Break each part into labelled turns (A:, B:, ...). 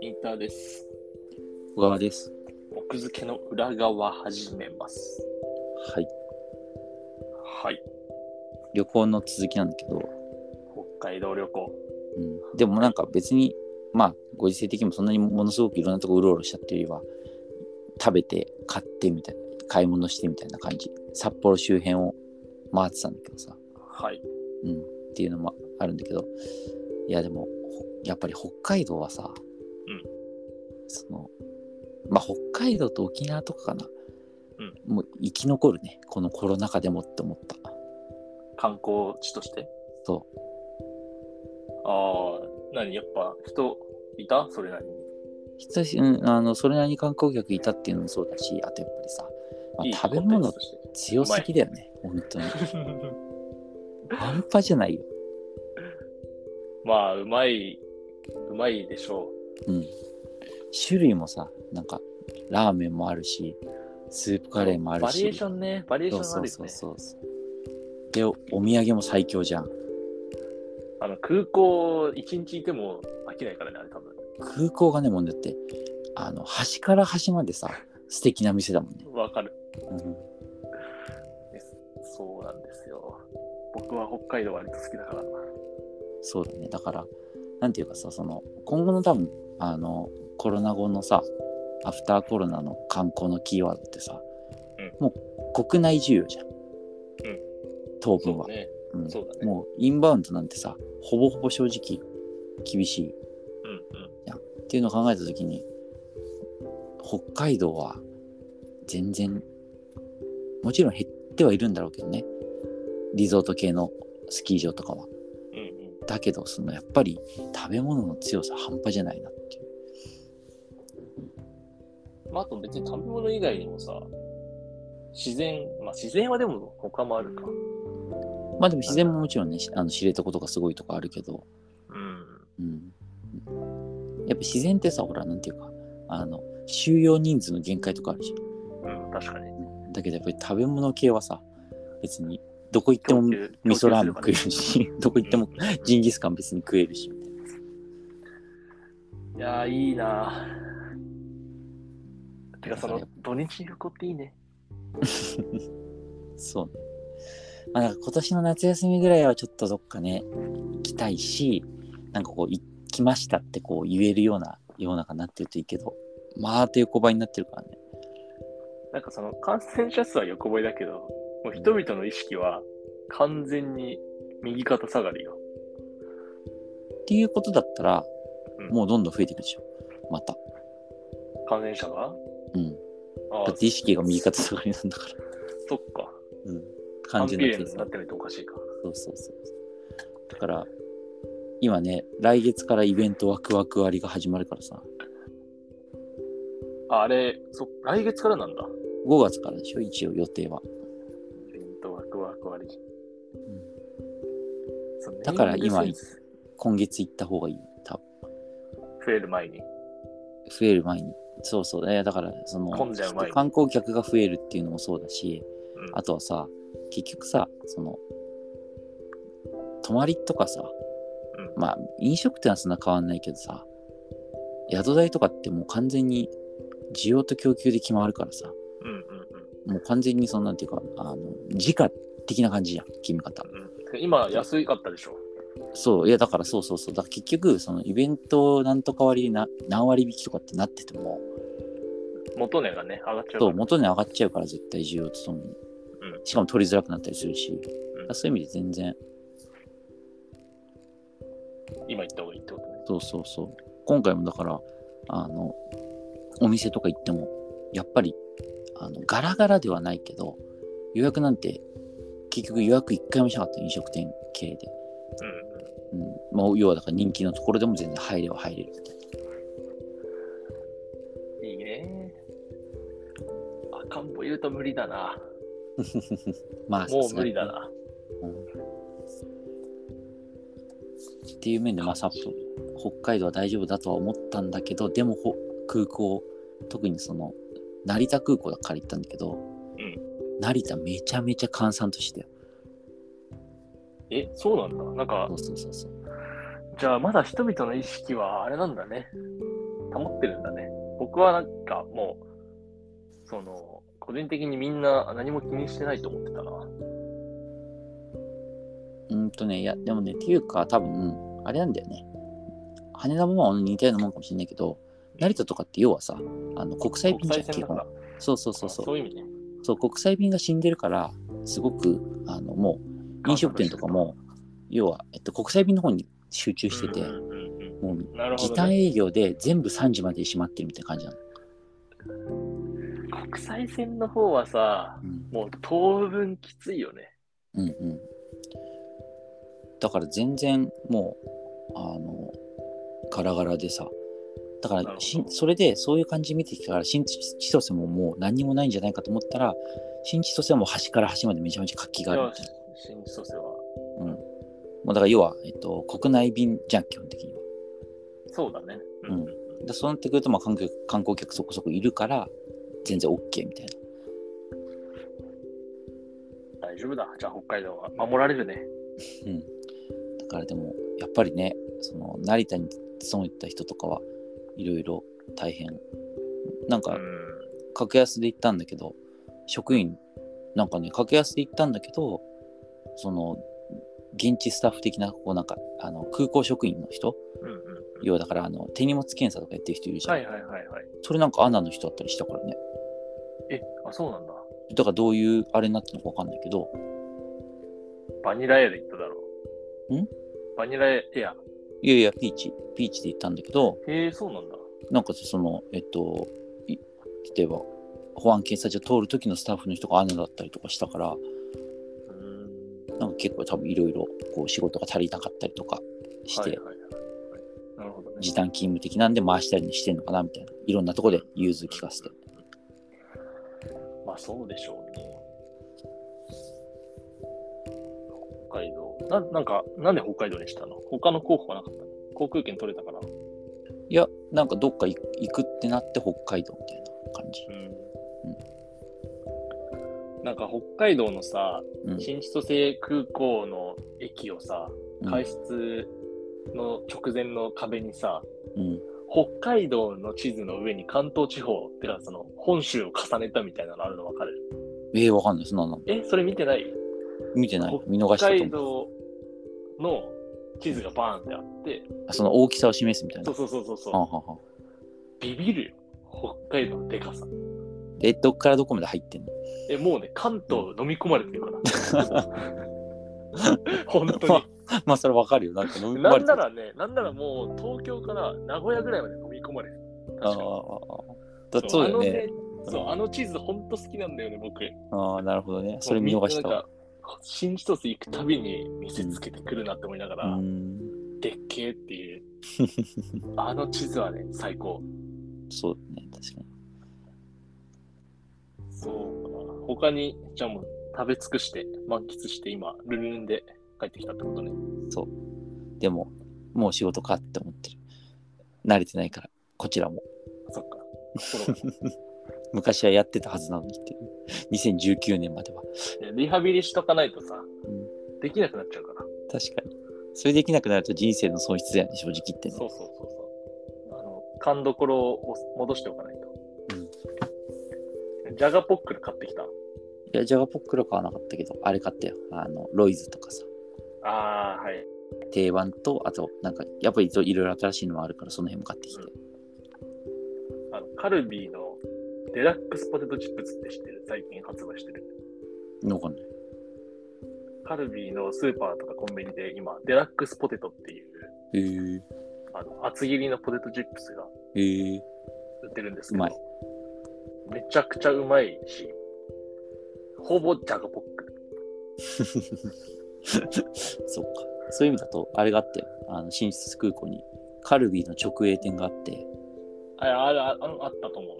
A: インターです。
B: 小川です。
A: 奥付けの裏側始めます。
B: はい。
A: はい。
B: 旅行の続きなんだけど、
A: 北海道旅行。
B: うん、でもなんか別に、まあ、ご時世的にもそんなにものすごくいろんなとこうろうろしちゃってるよりは、食べて、買ってみたいな、買い物してみたいな感じ。札幌周辺を回ってたんだけどさ、
A: はい。
B: うん、っていうのもあるんだけど、いやでも、ほやっぱり北海道はさ、
A: うん
B: その、まあ北海道と沖縄とかかな、
A: う
B: もう生き残るね、このコロナ禍でもって思った。
A: 観光地として。
B: そう。
A: ああ、何やっぱ人いたそれなりに。
B: 久しうん、あのそれなりに観光客いたっていうのもそうだしあとやっぱりさ、まあ
A: いい
B: 食べ物
A: コンテンツとして
B: 強すぎだよね本当に半端じゃないよ
A: まあ、うまい、うまいでしょ
B: うん種類もさなんかラーメンもあるしスープ
A: う。
B: カレーもある
A: バリエー
B: し
A: ションね。バリエーシ
B: そ
A: ョン
B: う
A: あ
B: そ
A: る
B: う
A: よ
B: そう
A: ね。
B: そうでおお土産も最強じゃん
A: あの空港一日いても飽きないからね、あれ多分。
B: 空港がねもんだってあの端から端までさ素敵な店だもんね、
A: わかる。
B: うん、
A: そうなんですよ。僕は北海道割と好きだから。
B: そうだねだからなんていうかさその今後の多分あのコロナ後のさアフターコロナの観光のキーワードってさ、
A: うん
B: もう国内需要じゃん、当分は
A: そうね。
B: うん
A: そうだね
B: もうインバウンドなんてさほぼほぼ正直厳しい
A: うんうん。
B: っていうのを考えた時に北海道は全然もちろん減ってはいるんだろうけどねリゾート系のスキー場とかは
A: うんうん。
B: だけどそのやっぱり食べ物の強さ半端じゃないなっていう
A: まあ、あと別に食べ物以外にもさ、自然、まあ自然はでも他もあるか。
B: まあでも自然ももちろんねしあの知床とかすごいとかあるけど、
A: うん。
B: うん、やっぱ自然ってさほらなんていうかあの収容人数の限界とかあるじ
A: うん、確かに。
B: ゃんだけどやっぱり食べ物系はさ別にどこ行っても
A: 供
B: 味
A: 給
B: 噌ラーメン食える
A: 供給
B: しどこ行っても
A: うんうんうん
B: ジンギスカン別に食えるしみたいない
A: やー、いいなーてか、その
B: だか
A: 土日旅行っていいね。
B: そうねまあなんか今年の夏休みぐらいはちょっとどっかね行きたいしなんかこう行きましたってこう言えるような世の中になってるといいけどまああと横ばいになってるからね
A: なんかその感染者数は横ばいだけど、もう人々の意識は完全に右肩下がりよ。
B: っていうことだったら、
A: うん
B: もうどんどん増えていくでしょまた
A: 感染者が
B: うん
A: あ
B: だ
A: あ
B: っ、て意識が右肩下がりなんだから
A: そっか。
B: うん
A: ア
B: 感
A: ン
B: じ
A: ピ
B: の
A: レン
B: 計
A: にな
B: 算
A: ってないとおかしいか。
B: そうそうそうだから今ね来月からイベントワクワク割が始まるからさ
A: ああれ、そ来月からなんだ。
B: 5月からでしょ一応予定は
A: イベントワクワク割。そう
B: だから今
A: ネーミングセンス
B: 今月行った方がいい多分
A: 増える前に。
B: 増える前にそうそうだだからその
A: 混んじゃう前に
B: 観光客が増えるっていうのもそうだし
A: うん
B: あとはさ結局さその泊まりとかさ、
A: う
B: まあ飲食店はそんな変わんないけどさ宿代とかってもう完全に需要と供給で決まるからさ
A: うんうん
B: もう完全にそんなんていうかあの時価的な感じじゃん決め方
A: うんうん、今、安かったでしょ。
B: そういやだからそうそうそうだから結局そのイベントなんとか割りな何割引きとかってなってても
A: 元値がね、上がっちゃうから。
B: そう元に上がっちゃうから絶対需要とともに
A: うん
B: しかも取りづらくなったりするし、だからそういう意味で全然
A: 今行った方がいいってことね。
B: そうそうそう。今回もだから、あの、お店とか行っても、やっぱり、あの、ガラガラではないけど、予約なんて、結局予約一回もしなかった飲食店系で。うん。まあ、要はだから人気のところでも全然入れば入れるみたいな。
A: うん、いいね。赤ん坊いると無理だな。
B: まあ、
A: も
B: さ
A: う
B: すが
A: 無理
B: にね
A: だ。な。
B: っていう面で、まあ、札幌、北海道は大丈夫だとは思ったんだけど、でもほ空港、特にその、成田空港だから行ったんだけど、
A: ん
B: 成田めちゃめちゃ閑散としてたよ
A: え、そうなんだ。なんか
B: そ、うそうそうそう。
A: じゃあまだ人々の意識はあれなんだね。保ってるんだね。僕はなんかもう、その、個人的にみんな何も気にしてないと思ってたな。
B: うーんとね、いや、でもね、っていうか、多分、あれなんだよね。羽田もまあ似たようなもんかもしれないけど、成田とかって要はさ、あの国際
A: 国
B: 便じ
A: 際
B: ゃ
A: 線
B: ん、基
A: だか
B: 本
A: ら。。
B: そうそうそうそう。
A: いう意味ね。
B: そう、国際便が死んでるから、すごく、あの、もう、飲食店とかも、要は、えっと、国際便の方に集中してて、
A: うんうんうん
B: もう、
A: うんなるほ
B: 時
A: ど、
B: 短
A: ね。
B: 営業で全部3時まで閉まってるみたいな感じなの。
A: 国際線の方はさ、
B: うん。
A: もう当分きついよね。
B: うんうん。だから全然、もう、あの、ガラガラでさ、だか
A: なる
B: ら
A: ほど
B: し、それで、そういう感じ見てきたから、新千歳ももう何にもないんじゃないかと思ったら、新千歳はもう端から端までめちゃめちゃ活気がある
A: いや。新千歳は。
B: うん。もうだから要は、えっと、国内便じゃん、基本的には。
A: そうだね。
B: うんでそうなってくると、まあ、観光客観光客そこそこいるから全然 OK みたいな
A: 大丈夫だ。じゃあ北海道は守られるね。
B: だからでもやっぱりねその成田に勤めてた人とかはいろいろ大変なん
A: う
B: か
A: ん。
B: 格安で行ったんだけど職員なんかね格安で行ったんだけどその現地スタッフ的なこうなんかあの空港職員の人
A: うんうん
B: 要はだからあの手荷物検査とかやってる人いるじゃん、
A: はいはいはいはい。
B: それなんかアナの人だったりしたからね
A: え、あ、そうなんだ。
B: だからどういうあれになってるのかわかんないけど
A: バニラエアで行っただろう。
B: ん
A: バニラエア。
B: いやいや、ピーチ、ピーチで行ったんだけど、
A: へえ、そうなんだ。
B: なんかその、えっと、い例えば、保安検査所通る時のスタッフの人がアナだったりとかしたから、
A: うーん。
B: なんか結構多分いろいろこう仕事が足りなかったりとかして、
A: はいはいはいはい。なるほどね。
B: 時短勤務的なんで回したりにしてんのかなみたいな、いろんなとこで融通聞かせて。
A: まあそうでしょうね。北海道。ななんか、なんで北海道にしたの他の候補はなかったの航空券取れたから。う
B: いや、なんかどっかい行くってなって北海道みたいな感じ。
A: ん。なんか北海道のさ、
B: うん
A: 新千歳空港の駅をさ、
B: うん
A: 改札の直前の壁にさ、
B: うん、
A: 北海道の地図の上に関東地方ってかその本州を重ねたみたいなのあるの分かる
B: えー、わかんない。そんなの
A: えそれ見てない
B: 見てない。見逃し
A: 北
B: たと
A: 海
B: 思う。
A: 道の地図がバーンってあって
B: あその大きさを示すみたい
A: そ
B: な
A: う。そうそうそう
B: あ
A: そ
B: は
A: う
B: は
A: ビビるよ北海道のでかさ
B: え、どっからどこまで入ってんの
A: えもうね関東飲み込まれてるから本
B: ま
A: 当
B: あまあそれわかるよ。なんか飲
A: に
B: み込ま
A: な
B: れ
A: ん
B: て
A: な
B: る。
A: らねなんならもう東京から名古屋ぐらいまで飲み込まれてる
B: ああ
A: 確かに
B: だそうだよね。
A: あのそうあの地図本当好きなんだよね僕
B: ああ、なるほどね。それ見逃した
A: なん
B: わ。
A: か新千歳行くたびに見せつけてくるなって思いなが
B: う
A: ら、
B: ーん。
A: でっけえって いうあの地図はね最高
B: そうだね。確かに。
A: そうか他にじゃあもう食べ尽くして満喫して今ルルンで帰ってきたってことね
B: でも、もう仕事かって思ってる。慣れてないから、こちらも。
A: そっか心が
B: 昔はやってたはずなのにっていう。2019年までは。
A: ねリハビリしとかないとさ、
B: ん
A: できなくなっちゃうから
B: 確かに。それできなくなると人生の損失だよね、正直言ってね。
A: そうそうそうそうあの勘どころを戻しておかないと、ジャガポックル買ってきた
B: いや、ジャガポックルは買わなかったけど、あれ買ったよ。あの、ロイズとかさ。
A: ああはい
B: 定番と、あと、なんか、やっぱりいろいろ新しいのもあるから、その辺も買ってきて。
A: あのカルビーのデラックスポテトチップスって知ってる最近発売してる。
B: のかね。
A: カルビーのスーパーとかコンビニで今、デラックスポテトっていう
B: へえ。
A: あの厚切りのポテトチップスが
B: へえ。
A: 売ってるんですけど、
B: うまい
A: めちゃくちゃうまいし、ほぼジャガポック。
B: そうか。そういう意味だと、あれがあって、あの新千歳空港にカルビーの直営店があって、
A: ああああのあったと思う。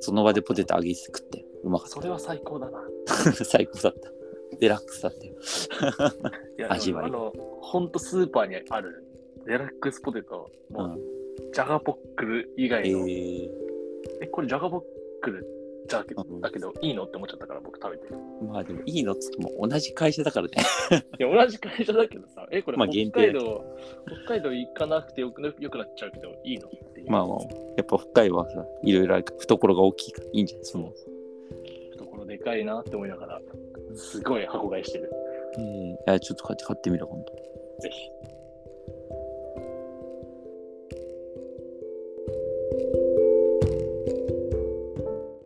B: その場でポテト揚げて食って、うまかっ
A: それは最高だな。
B: た。 最高だった。デラックスだったよ。
A: いや
B: 味わい
A: あの、ほんとスーパーにあるデラックスポテト、
B: う
A: も
B: ん
A: う、ジャガポックル以
B: え
A: 外の、
B: ー、
A: え、これジャガポックルだけだけど、いいのって思っちゃったから、僕食べて。
B: まあでもいいのっつっても同じ会社だからね。
A: いや、同じ会社だけどさ、え、これ
B: まあ
A: 北
B: 限定
A: 海
B: だけ
A: 道、北海道行かなくてよくなよくなっちゃうけど、いいのっていう。
B: まあまあ、やっぱ北海道はさ、いろいろあるから懐が大きいからいいんじゃないそ
A: そう
B: の。
A: ところでかいなって思いながら、すごい箱買いしてる。
B: えー、いやちょっと買って買ってみる今度。
A: ぜひ。